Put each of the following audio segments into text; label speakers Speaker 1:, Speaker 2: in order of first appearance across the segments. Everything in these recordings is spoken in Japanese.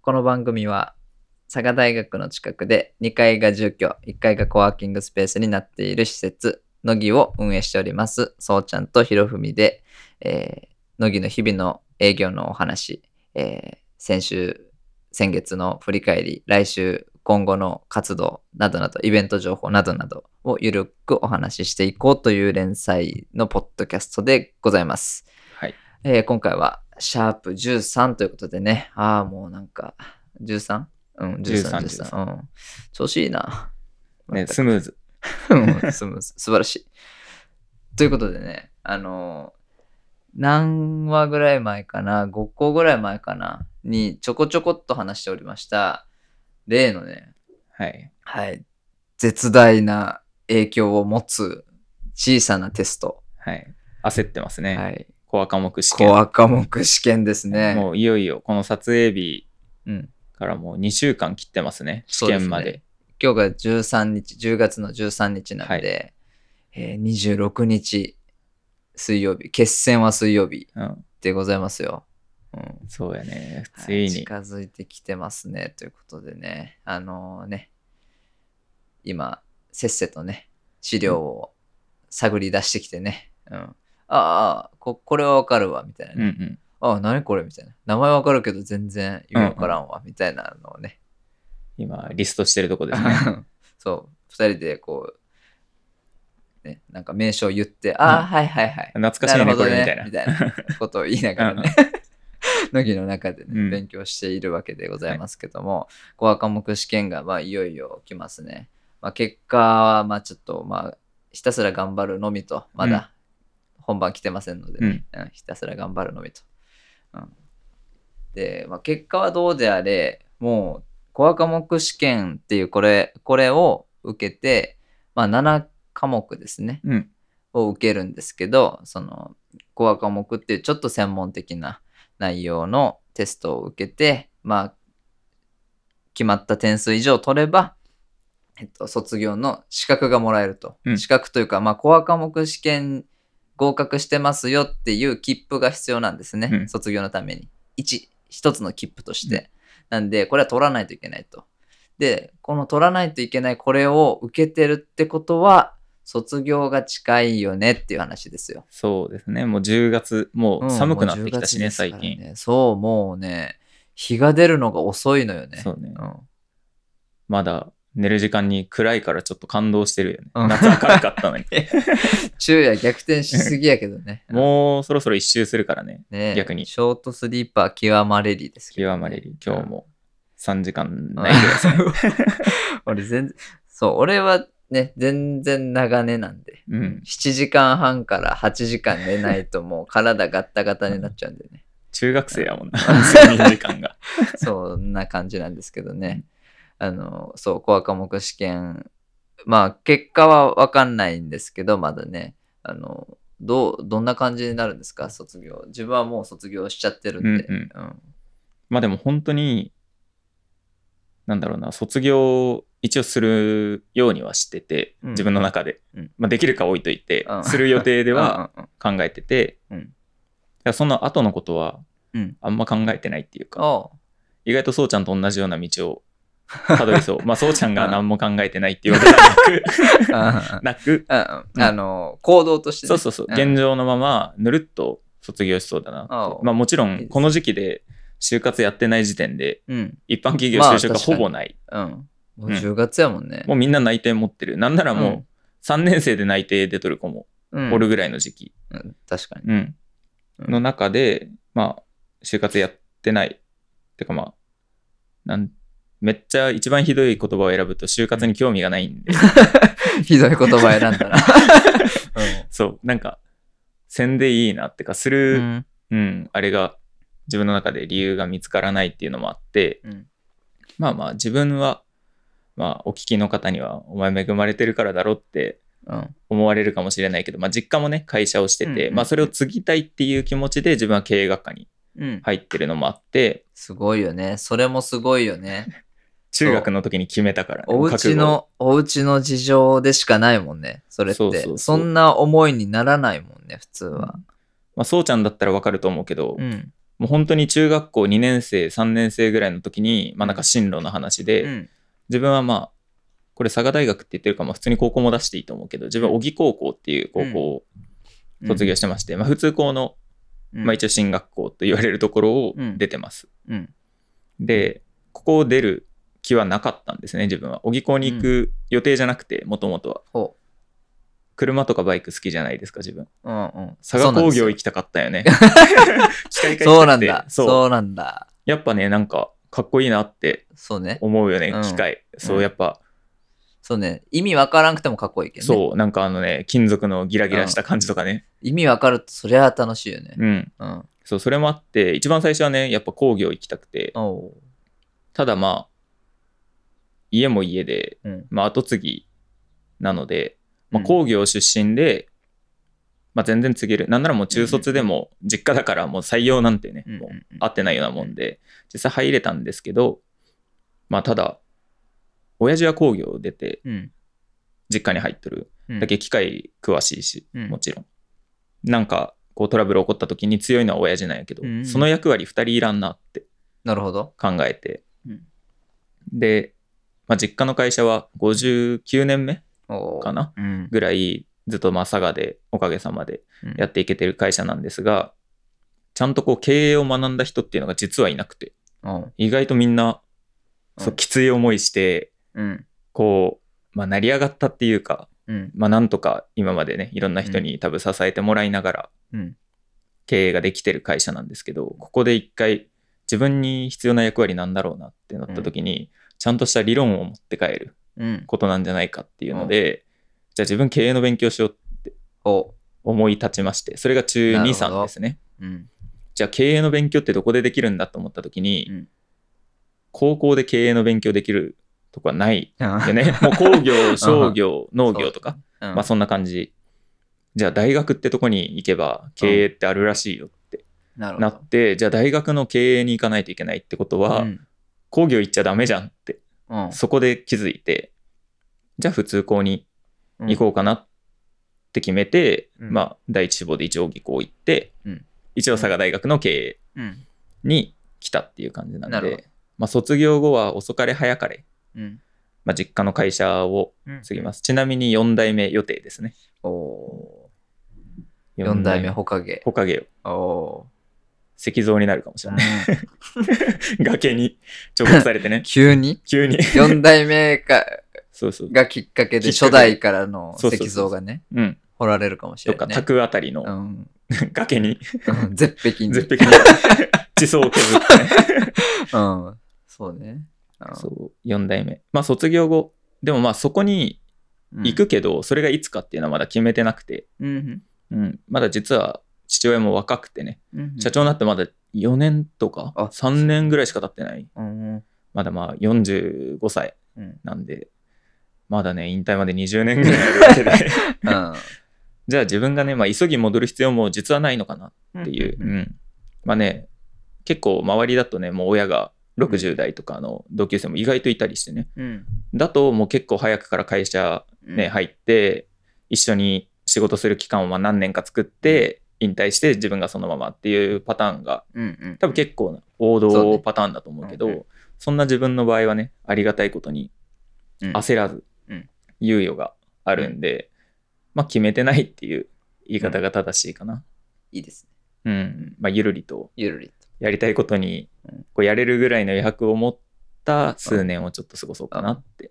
Speaker 1: この番組は佐賀大学の近くで2階が住居1階がコワーキングスペースになっている施設乃木を運営しておりますそうちゃんとひろふみで、えー、乃木の日々の営業のお話、えー先週先月の振り返り来週今後の活動などなどイベント情報などなどをゆるくお話ししていこうという連載のポッドキャストでございます、
Speaker 2: はい
Speaker 1: えー今回はシャープ13ということでねああもうなんか 13? うん13
Speaker 2: 13
Speaker 1: 13うん、調子いいな、
Speaker 2: ね、スムーズ。
Speaker 1: うんすむ素晴らしい。ということでね、あの何話ぐらい前かな、5個ぐらい前かな、にちょこちょこっと話しておりました、例のね、
Speaker 2: はい。
Speaker 1: はい、絶大な影響を持つ小さなテスト、
Speaker 2: はい。焦ってますね。
Speaker 1: はい、
Speaker 2: コア科目試験。
Speaker 1: コア科目試験ですね。
Speaker 2: もういよいよ、この撮影日
Speaker 1: うん、
Speaker 2: からもう2週間切ってますね。試
Speaker 1: そうですね
Speaker 2: 験まで。
Speaker 1: 今日が13日、10月の13日なんで、えー26日水曜日、決戦は水曜日
Speaker 2: うん。
Speaker 1: でございますよ。うん
Speaker 2: そうやね。
Speaker 1: はい
Speaker 2: ついに。
Speaker 1: 近づいてきてますねということでねあのね今せっせとね資料を探り出してきてね、うん、ああここれはわかるわみたいな、
Speaker 2: うん
Speaker 1: ね
Speaker 2: うん。
Speaker 1: ああ何これみたいな名前わかるけど全然意味わからんわ、みたいなのをね
Speaker 2: 今、リストしてるとこですね。
Speaker 1: そう二人でこうねなんか名称を言ってああ、
Speaker 2: うん
Speaker 1: はいはいはい
Speaker 2: 懐かしいね、これみたいな。
Speaker 1: みたいなことを言いながらね、乃 木の中でね、
Speaker 2: うん
Speaker 1: 勉強しているわけでございますけども、コア科目試験がまあいよいよ来ますね。まあ、結果はまあちょっとまあひたすら頑張るのみと、まだ本番来てませんので
Speaker 2: う
Speaker 1: ね、
Speaker 2: ん。
Speaker 1: うんひたすら頑張るのみと。うんで、まあ、結果はどうであれ、もう、コア科目試験っていうこれ、これを受けて、まあ、7科目ですね。
Speaker 2: うん。
Speaker 1: を受けるんですけどそのコア科目っていうちょっと専門的な内容のテストを受けてまあ決まった点数以上取れば、えっと、卒業の資格がもらえると、
Speaker 2: うん
Speaker 1: 資格というか、まあ、コア科目試験合格してますよっていう切符が必要なんですね、
Speaker 2: うん
Speaker 1: 卒業のために1一つの切符として、なんでこれは取らないといけないとでこの取らないといけないこれを受けてるってことは卒業が近いよねっていう話ですよ。
Speaker 2: そうですね。もう10月、も
Speaker 1: う
Speaker 2: うん寒くなってきたし
Speaker 1: も
Speaker 2: ね、
Speaker 1: う10月ですから
Speaker 2: 最近。
Speaker 1: ねそう、もうね、日が出るのが遅いのよね。
Speaker 2: そうね
Speaker 1: ん
Speaker 2: まだ寝る時間に暗いからちょっと感動してるよね。
Speaker 1: うん
Speaker 2: 夏明るかったの に。
Speaker 1: 昼夜逆転しすぎやけどね。
Speaker 2: もうそろそろ一周するからね。
Speaker 1: うんね
Speaker 2: 逆に
Speaker 1: ショートスリーパー極まれりですけど、ね。
Speaker 2: 極まれり、今日
Speaker 1: うん。
Speaker 2: も3時間ないぐらいですね。
Speaker 1: 俺全然、そう、俺はね、全然長寝なんで。
Speaker 2: うん。
Speaker 1: 7時間半から8時間寝ないともう体ガッタガタになっちゃうんでね。
Speaker 2: 中学生やもんな、睡眠時間が。
Speaker 1: そんな感じなんですけどね。あの、そう、コア科目試験、まあ、結果はわかんないんですけど、まだね、あの、どう、どんな感じになるんですか、卒業。自分はもう卒業しちゃってるんで。
Speaker 2: うん
Speaker 1: うん
Speaker 2: まあでも本当に、なんだろうな、卒業一応するようにはしてて、
Speaker 1: うん
Speaker 2: 自分の中で。
Speaker 1: うん
Speaker 2: まあできるか置いといて、
Speaker 1: うん
Speaker 2: する予定では、
Speaker 1: うんうん
Speaker 2: 考えてて、
Speaker 1: うん
Speaker 2: だからその後のことは
Speaker 1: うん
Speaker 2: あんま考えてないっていうか、
Speaker 1: おう
Speaker 2: 意外とそうちゃんと同じような道をたどり そう。まあそうちゃんが何も考えてないっていうわけでは
Speaker 1: うんうん
Speaker 2: なく、なく、
Speaker 1: うんあの、行動としてね、
Speaker 2: そうそうそう、現状のままぬるっと卒業しそうだなって。
Speaker 1: おう
Speaker 2: まあもちろ
Speaker 1: いいです
Speaker 2: ん
Speaker 1: ね
Speaker 2: この時期で就活やってない時点で
Speaker 1: うん。
Speaker 2: 一般企業就
Speaker 1: ま
Speaker 2: 職
Speaker 1: あ
Speaker 2: が
Speaker 1: 確か
Speaker 2: ほ
Speaker 1: に
Speaker 2: ぼない。
Speaker 1: うん。もう
Speaker 2: うん
Speaker 1: 10月やもんね。
Speaker 2: もうみんな内定持ってる。なんなら
Speaker 1: うん
Speaker 2: もう3年生で内定で取る子も
Speaker 1: うん
Speaker 2: おるぐらいの時期。
Speaker 1: うん確かに。
Speaker 2: うん、
Speaker 1: うん
Speaker 2: の中で、まあ、就活やってない。てかまあ、なんめっちゃ一番ひどい言葉を選ぶと、就活に興味がないんで、
Speaker 1: ひどい言葉選んだな。
Speaker 2: そう、なんか、せんでいいなってか、す
Speaker 1: う
Speaker 2: る、
Speaker 1: ん。
Speaker 2: うん、あれが、自分の中で理由が見つからないっていうのもあって、
Speaker 1: うん。
Speaker 2: まあまあ、自分は、まあ、お聞きの方には、お前恵まれてるからだろって
Speaker 1: うん。
Speaker 2: 思われるかもしれないけど、まあ、実家もね、会社をしてて、
Speaker 1: うんうんうん
Speaker 2: まあ、それを継ぎたいっていう気持ちで、自分は経営学科に
Speaker 1: うん。
Speaker 2: 入ってるのもあって、
Speaker 1: すごいよね。それもすごいよね。
Speaker 2: 中学の時に決めたからね、
Speaker 1: お
Speaker 2: 覚
Speaker 1: 家
Speaker 2: 悟を
Speaker 1: の、お家の事情でしかないもんね。それって。そ
Speaker 2: そうそうそうん
Speaker 1: な思いにならないもんね、普通は。
Speaker 2: まあ、そうちゃんだったらわかると思うけど、
Speaker 1: うん。
Speaker 2: もう本当に中学校2年生3年生ぐらいの時にまあなんか進路の話で、
Speaker 1: うん。
Speaker 2: 自分はまあこれ佐賀大学って言ってるからまあ普通に高校も出していいと思うけど自分は小木高校っていう高校を卒業してまして、まあ、普通校の、
Speaker 1: うん。
Speaker 2: まあ、一応進学校と言われるところを
Speaker 1: うん
Speaker 2: 出てます、
Speaker 1: うん。
Speaker 2: でここを出る気はなかったんですね自分は小木校に行く予定じゃなくてもともとは
Speaker 1: ほ
Speaker 2: 車とかバイク好きじゃないですか自分
Speaker 1: う。うんうん。
Speaker 2: 佐賀工業
Speaker 1: 行
Speaker 2: 行きたかった よね機械化行きたくて
Speaker 1: そうなんだ。
Speaker 2: そう
Speaker 1: そうなんだ。
Speaker 2: やっぱねなんかかっこいいなって
Speaker 1: そうね。
Speaker 2: 思うよね、
Speaker 1: うん
Speaker 2: 機械そう、
Speaker 1: うん
Speaker 2: やっぱ
Speaker 1: そうね。意味わからんくてもかっこいいけどね。
Speaker 2: そうなんかあのね金属のギラギラした感じとかね
Speaker 1: 意味わかるとそりゃ楽しいよね。
Speaker 2: うん
Speaker 1: うん。
Speaker 2: そう、それもあって、一番最初はね、やっぱ工業行きたくて、
Speaker 1: おう。
Speaker 2: ただまあ、家も家で、
Speaker 1: うん。
Speaker 2: まあ後継ぎなので、まあ
Speaker 1: うん
Speaker 2: 工業出身で、まあ全然継げる。なんならもう中卒でも、実家だからもう採用なんてね、
Speaker 1: うんうんうん
Speaker 2: もう合ってないようなもんで、実際入れたんですけど、まあただ、親父は工業を出て、
Speaker 1: うん。
Speaker 2: 実家に入っとる。
Speaker 1: うん
Speaker 2: だけ機械詳しいし、
Speaker 1: うん
Speaker 2: もちろん。なんか、こうトラブル起こった時に強いのは親父なんやけど、
Speaker 1: うんうん
Speaker 2: その役割2人いらんなって。
Speaker 1: なるほど。
Speaker 2: 考えて、
Speaker 1: うん
Speaker 2: で、まあ、実家の会社は59年目
Speaker 1: おう
Speaker 2: かな
Speaker 1: うん。
Speaker 2: ぐらいずっとまあ佐賀でおかげさまで
Speaker 1: うん
Speaker 2: やっていけてる会社なんですがちゃんとこう経営を学んだ人っていうのが実はいなくて
Speaker 1: うん。
Speaker 2: 意外とみんな
Speaker 1: うん
Speaker 2: そうきつい思いして
Speaker 1: うん。
Speaker 2: こう、まあ、成り上がったっていうか、
Speaker 1: うん。
Speaker 2: まあ、なんとか今までねいろんな人に多分支えてもらいながら
Speaker 1: うん。
Speaker 2: 経営ができてる会社なんですけどここで一回自分に必要な役割なんだろうなってなった時に、ちゃんとした理論を持って帰る
Speaker 1: うん。
Speaker 2: ことなんじゃないかっていうので、じゃあ自分経営の勉強しようって
Speaker 1: おう。
Speaker 2: 思い立ちましてそれが中
Speaker 1: なるほど
Speaker 2: 23ですね
Speaker 1: うん。
Speaker 2: じゃあ経営の勉強ってどこでできるんだと思った時に、
Speaker 1: うん
Speaker 2: 高校で経営の勉強できるとこはないよ
Speaker 1: で、
Speaker 2: ねもう工業商業農業とか
Speaker 1: うん
Speaker 2: まあそんな感じじゃあ大学ってとこに行けば経営ってあるらしいよって
Speaker 1: なるほど。
Speaker 2: なってじゃあ大学の経営に行かないといけないってことは、
Speaker 1: うん
Speaker 2: 工業行っちゃダメじゃんって
Speaker 1: うん
Speaker 2: そこで気づいてじゃあ普通校に
Speaker 1: うん
Speaker 2: 行こうかなって決めて、
Speaker 1: うん
Speaker 2: まあ第一志望で一応技校行って、
Speaker 1: うん
Speaker 2: 一応佐賀大学の経営
Speaker 1: うん。
Speaker 2: に来たっていう感じなん
Speaker 1: なるほど
Speaker 2: で、まあ、卒業後は遅かれ早かれ、
Speaker 1: うん。
Speaker 2: まあ、実家の会社を
Speaker 1: うん
Speaker 2: 継ぎます、ちなみに4代目予定ですね
Speaker 1: おお。四代目ほかげ。
Speaker 2: ほかげよ
Speaker 1: おお
Speaker 2: 石像になるかもし
Speaker 1: ー。
Speaker 2: れない、
Speaker 1: うん
Speaker 2: 崖に彫刻されてね
Speaker 1: 急に
Speaker 2: 急に
Speaker 1: 四代目か
Speaker 2: そうそう
Speaker 1: がきっかけで
Speaker 2: きっかけ
Speaker 1: 初代からの
Speaker 2: そうそうそう
Speaker 1: 石像がね、
Speaker 2: うん
Speaker 1: 掘られるかもし
Speaker 2: と
Speaker 1: れな
Speaker 2: か
Speaker 1: いね。
Speaker 2: 宅あたり
Speaker 1: う
Speaker 2: の
Speaker 1: ん。
Speaker 2: 崖に
Speaker 1: うん 絶壁に。
Speaker 2: 絶壁に 地層を削って
Speaker 1: うん。そうね。うん
Speaker 2: そう4代目まあ卒業後でもまあそこに
Speaker 1: うん
Speaker 2: 行くけど、それがいつかっていうのはまだ決めてなくて、
Speaker 1: うん
Speaker 2: うん、まだ実は父親も若くてね、
Speaker 1: うん。
Speaker 2: 社長になってまだ4年とか
Speaker 1: あ
Speaker 2: 3年ぐらいしか経ってない
Speaker 1: うんうん。
Speaker 2: まだまあ45歳
Speaker 1: うん。
Speaker 2: なんでまだね引退まで20年ぐらいあるわ けで
Speaker 1: うん。
Speaker 2: じゃあ自分がね、まあ、急ぎ戻る必要も実はないのかなっていう、
Speaker 1: うん
Speaker 2: うんまあね結構周りだとねもう親が60代とかの同級生も意外といたりしてね
Speaker 1: うん。
Speaker 2: だともう結構早くから会社
Speaker 1: うん
Speaker 2: ね、入って一緒に仕事する期間をまあ何年か作って引退して自分がそのままっていうパターンが
Speaker 1: うんうん。
Speaker 2: 多分結構な王
Speaker 1: そうね
Speaker 2: 道パターンだと思うけど
Speaker 1: うんうん
Speaker 2: そんな自分の場合はねありがたいことに
Speaker 1: うん
Speaker 2: 焦らず
Speaker 1: うん
Speaker 2: 猶予があるんで、まあ決めてないっていう言い方が正しいかな。
Speaker 1: いいですね。
Speaker 2: うんまあ、ゆるりと
Speaker 1: ゆるりと。
Speaker 2: やりたいことに
Speaker 1: うん
Speaker 2: こうやれるぐらいの余白を持った数年をちょっと過ごそうかなって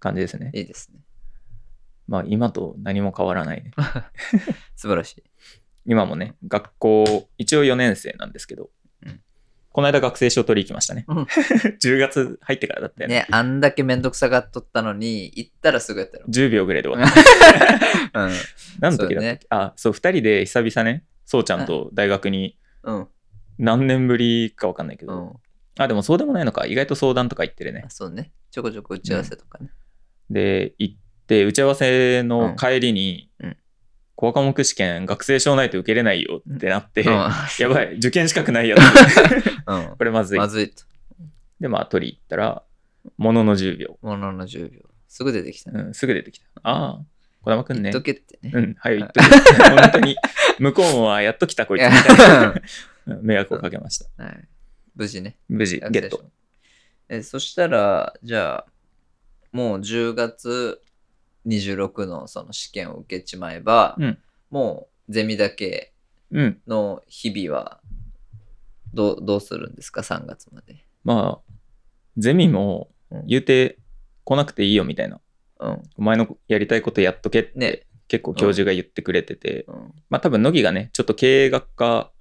Speaker 2: 感じですね。
Speaker 1: いいですね。
Speaker 2: まあ今と何も変わらないね。
Speaker 1: 素晴らしい。
Speaker 2: 今もね、学校、一応4年生なんですけど、
Speaker 1: うん
Speaker 2: この間学生証取り行きましたね。
Speaker 1: うん
Speaker 2: 10月入ってからだったよね。
Speaker 1: ね、あんだけめんどくさがっとったのに、行ったらすぐやった
Speaker 2: 10秒ぐらいで終わった。
Speaker 1: の。
Speaker 2: 何の時だったっけ、
Speaker 1: そうだね
Speaker 2: あ、そう、2人で久々ね、そうちゃんと大学に
Speaker 1: うん。うん。
Speaker 2: 何年ぶりか分かんないけ
Speaker 1: う
Speaker 2: ど、
Speaker 1: ん。
Speaker 2: あ、でもそうでもないのか、意外と相談とか行ってるね
Speaker 1: あ。そうね。ちょこちょこ打ち合わせとかね。
Speaker 2: で、行って、打ち合わせの帰りに、
Speaker 1: うんうん
Speaker 2: 小科目試験、学生証ないと受けれないよってなって、
Speaker 1: うん。
Speaker 2: やばい、受験資格ないやつ。
Speaker 1: うん
Speaker 2: これまずい
Speaker 1: ま。ずいと。
Speaker 2: で、まあ取り行ったら、ものの10秒。
Speaker 1: ものの10秒。すぐ出てきたね。
Speaker 2: うん、すぐ出てきた。ああ、児玉く
Speaker 1: 言
Speaker 2: んね
Speaker 1: っと。けってね
Speaker 2: う。ん、はい、言っとけ。本当に、向こうも、あやっと来たこいつみたいな。うん迷惑をかけました。
Speaker 1: はい。無事ね。
Speaker 2: 無事、ゲット。。
Speaker 1: え、そしたら、じゃあ、もう10月26のその試験を受けちまえば、
Speaker 2: うん
Speaker 1: もうゼミだけ
Speaker 2: うん。
Speaker 1: の日々は、どうどうするんですか ?3 月まで。
Speaker 2: まあ、ゼミも
Speaker 1: うん
Speaker 2: 言うて来なくていいよみたいな。
Speaker 1: うん。
Speaker 2: お前のやりたいことやっとけって、
Speaker 1: ね
Speaker 2: 結構教授が言ってくれてて、
Speaker 1: うん。
Speaker 2: まあ多分乃木がね、ちょっと経営学科っ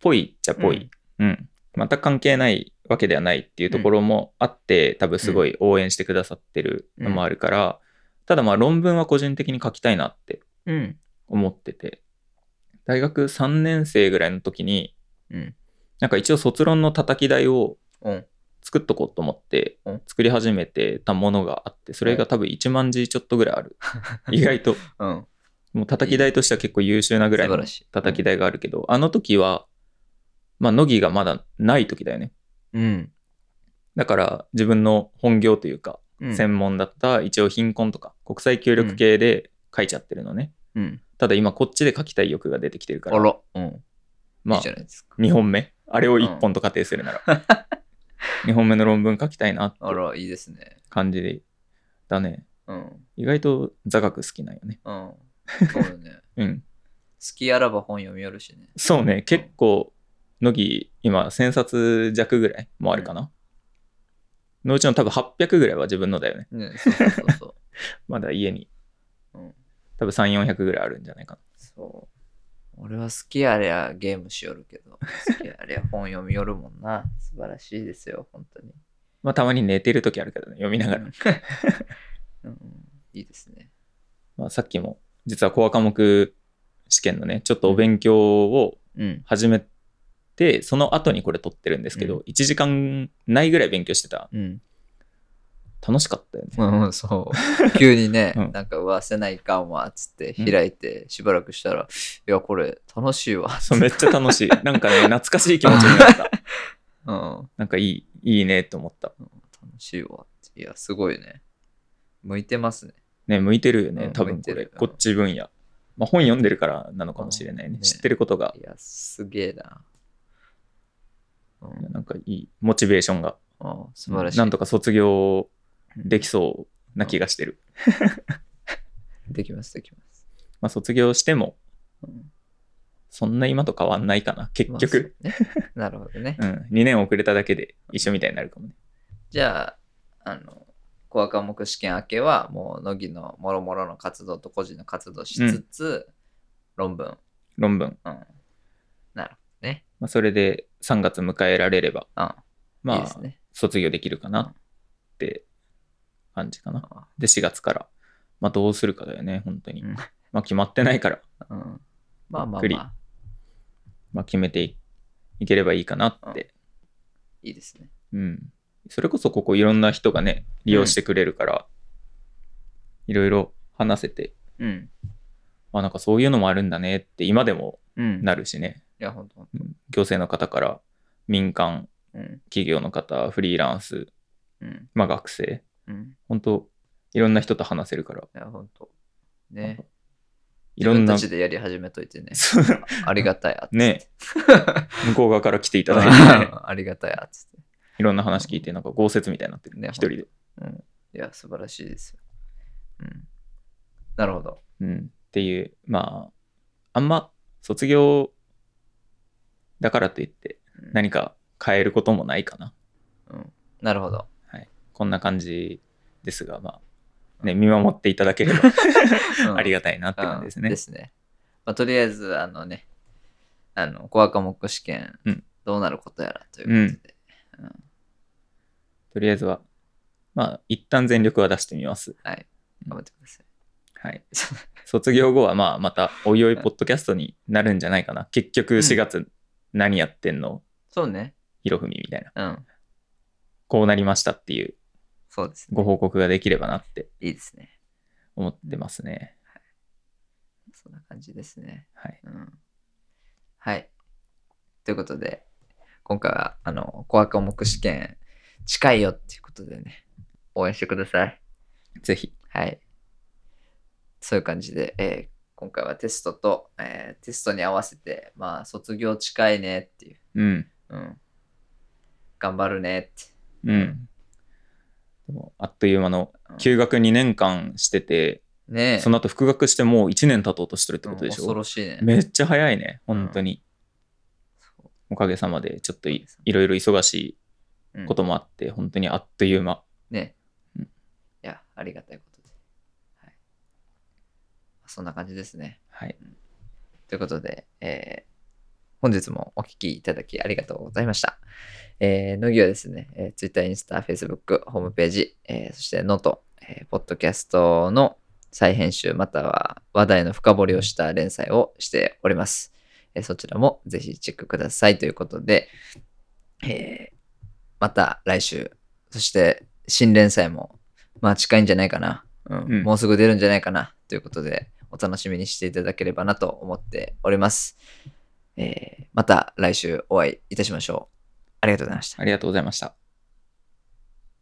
Speaker 2: ぽいっちゃっぽい、うん、また関係ないわけではないっていうところもあって、多分すごい応援してくださってるのもあるから、ただまあ論文は個人的に書きたいなって
Speaker 1: うん。
Speaker 2: 思ってて、大学3年生ぐらいの時に、
Speaker 1: うん。
Speaker 2: なんか一応卒論の叩き台を
Speaker 1: うん。
Speaker 2: 作っとこうと思って
Speaker 1: うん
Speaker 2: 作り始めてたものがあってそれが多分1万字ちょっとぐらいある 意外と
Speaker 1: うん。
Speaker 2: もう叩き台としては結構優秀なぐらい
Speaker 1: 素晴
Speaker 2: の
Speaker 1: らしい。
Speaker 2: 叩き台があるけど、あの時は、まあ、乃木がまだない時だよね。
Speaker 1: うん。
Speaker 2: だから、自分の本業というか、
Speaker 1: うん。
Speaker 2: 専門だった、一応貧困とか、国際協力系で書いちゃってるのね。
Speaker 1: うん。
Speaker 2: ただ今、こっちで書きたい欲が出てきてるか
Speaker 1: あ
Speaker 2: ら、
Speaker 1: ら。うん。
Speaker 2: ま
Speaker 1: い
Speaker 2: あ
Speaker 1: いじ、ゃないですか。
Speaker 2: 2本目。あれを1本と仮定するなら。2本目の論文書きたいなって
Speaker 1: あら、いいですね。
Speaker 2: 感じで、だね。
Speaker 1: うん。
Speaker 2: 意外と座学好きなんよね。
Speaker 1: うん。そうだね。
Speaker 2: うん。
Speaker 1: 好きあらば本読みよるしね。
Speaker 2: そうね、結構、乃木、今、1000冊弱ぐらいもあるかな。のうちの多分800ぐらいは自分のだよね。
Speaker 1: ね、そうそうそうそう。
Speaker 2: まだ家に。
Speaker 1: うん
Speaker 2: 多分3、400ぐらいあるんじゃないか
Speaker 1: そう。俺は好きあれゃゲームしよるけど、好きあれゃ本読みよるもんな。素晴らしいですよ、本当に。
Speaker 2: な。まあ、たまに寝てる時あるけどね、読みながら。
Speaker 1: うん、うんいいですね。
Speaker 2: まあ、さっきも、実はコア科目試験のね、ちょっとお勉強を
Speaker 1: うん。
Speaker 2: 始めて、その後にこれ撮ってるんですけ
Speaker 1: う
Speaker 2: ど、
Speaker 1: ん
Speaker 2: 1時間ないぐらい勉強してた。
Speaker 1: うん。
Speaker 2: 楽しかったよね。
Speaker 1: うん、そう。急にね、
Speaker 2: うん
Speaker 1: なんか、うわ、せないかんわ、つって開いて、しばらくしたら、いや、これ、楽しいわ。
Speaker 2: そうめっちゃ楽しい。なんかね、懐かしい気持ちになった。
Speaker 1: うん、
Speaker 2: なんかいい、いいねと思った。
Speaker 1: 楽しいわ。いや、すごいね。向いてますね。
Speaker 2: ね、向いてるよね、
Speaker 1: うん
Speaker 2: 多分
Speaker 1: 向い
Speaker 2: こ
Speaker 1: て
Speaker 2: れ、
Speaker 1: る
Speaker 2: こっち分野。まあ、本読んでるからなのかもしれない
Speaker 1: うん
Speaker 2: ね。
Speaker 1: ね
Speaker 2: 知ってることが
Speaker 1: い、や、すげえな。うん、
Speaker 2: なんかいい、モチベーションが
Speaker 1: あ素晴らしい。
Speaker 2: なんとか卒業でき
Speaker 1: き、
Speaker 2: そうな気がしてる。
Speaker 1: できます、できます。
Speaker 2: まあ卒業しても、
Speaker 1: うん
Speaker 2: そんな今と変わんないかな、結局。
Speaker 1: まあそうねなるほどね。
Speaker 2: うん、2年遅れただけで一緒みたいになるかもね。
Speaker 1: じゃあ、あの、コア科目試験明けは、もう、乃木のもろもろの活動と個人の活動しつつ、論文。
Speaker 2: 論文。
Speaker 1: うん。なるほどね。
Speaker 2: まあ、それで3月迎えられれば、
Speaker 1: うん。
Speaker 2: ま
Speaker 1: いいで
Speaker 2: あ
Speaker 1: す、ね。
Speaker 2: 卒業できるかな
Speaker 1: うん
Speaker 2: って感じかな。
Speaker 1: あ
Speaker 2: で、4月から、まあどうするかだよね、本当に
Speaker 1: うん。
Speaker 2: まあ決まってないから、
Speaker 1: うん。まあまあ
Speaker 2: ゆっくり
Speaker 1: まあ、
Speaker 2: まあ決めていいければいいかなって。
Speaker 1: いいですね。
Speaker 2: うん。それこそここいろんな人がね、利用してくれるから、いろいろ話せて
Speaker 1: うん。
Speaker 2: あなんかそういうのもあるんだねって今でも
Speaker 1: うん。い
Speaker 2: なるしね、
Speaker 1: や、ほんとほんと。
Speaker 2: うん行政の方から民間
Speaker 1: うん。
Speaker 2: 企業の方フリーランス、
Speaker 1: うん。
Speaker 2: まあ、学生
Speaker 1: うん。
Speaker 2: 本当いろんな人と話せるから
Speaker 1: いや、ほんと。
Speaker 2: なん
Speaker 1: ね
Speaker 2: か。いろんな
Speaker 1: 自分たちでやり始めといて ね。
Speaker 2: そう
Speaker 1: ありがたいやつって。
Speaker 2: ね向こう側から来 ていただいて、 ね、
Speaker 1: ありがたいやつって。
Speaker 2: いろんな話聞いてなんか豪雪みたいになってるね
Speaker 1: ね
Speaker 2: 一人で、
Speaker 1: いや、素晴らしいですよ。うん。なるほど。
Speaker 2: うん、っていうまああんま卒業だからといって
Speaker 1: うん
Speaker 2: 何か変えることもないかな
Speaker 1: うん。なるほど。
Speaker 2: こんな感じですがまあね見守っていただければあり
Speaker 1: が
Speaker 2: がたいなって感じですね
Speaker 1: で。すね。まあ、とりあえず、あのね、あの、コア科目試験
Speaker 2: うん、
Speaker 1: どうなることやらということで。
Speaker 2: とりあえずは、まあ、一旦全力は出してみます。
Speaker 1: はい。頑張ってください。
Speaker 2: はい。卒業後は、まあ、また、おいおい、ポッドキャストになるんじゃないかな。結局、
Speaker 1: うん
Speaker 2: 4月、何やってんの、
Speaker 1: そうね。
Speaker 2: ひろふみみたいな。
Speaker 1: うん。
Speaker 2: こうなりましたっていう、
Speaker 1: そうですね。
Speaker 2: ご報告ができればなって
Speaker 1: いいですね。
Speaker 2: 思ってますね。
Speaker 1: そんな感じですね。
Speaker 2: はい。
Speaker 1: うん。はい。ということで、今回は、あの、コア科目試験近いよっていうことでね、応援してください。
Speaker 2: ぜひ。
Speaker 1: はい。そういう感じで、えー今回はテストと、えーテストに合わせて、まあ、卒業近いねっていう。
Speaker 2: うん。
Speaker 1: うん。頑張るねって。
Speaker 2: うん。でもあっという間の、休学2年間してて、
Speaker 1: ねえ。
Speaker 2: その後復学してもう1年経とうとしてるってことでし
Speaker 1: うん恐
Speaker 2: ょ。
Speaker 1: ろしいね。
Speaker 2: めっちゃ早いね、本当に。おかげさまで、ちょっといいろいろ忙し
Speaker 1: うん
Speaker 2: いこともあって、本当にあっという間。
Speaker 1: ね。
Speaker 2: うん
Speaker 1: いや、ありがたいことで。はい。そんな感じですね。
Speaker 2: はい。
Speaker 1: ということで、えー本日もお聞きいただきありがとうございました。えー、乃木はですね、えー、Twitter、インスタ、Facebook、ホームページ、えーそしてノート、えーポッドキャストの再編集または話題の深掘りをした連載をしております。えーそちらもぜひチェックくださいということで、えーまた来週、そして新連載も、まあ近いんじゃないかな、うん
Speaker 2: うん
Speaker 1: もうすぐ出るんじゃないかなということで、お楽しみにしていただければなと思っております。えーまた来週お会いいたしましょう。ありがとうございました。
Speaker 2: ありがとうございました。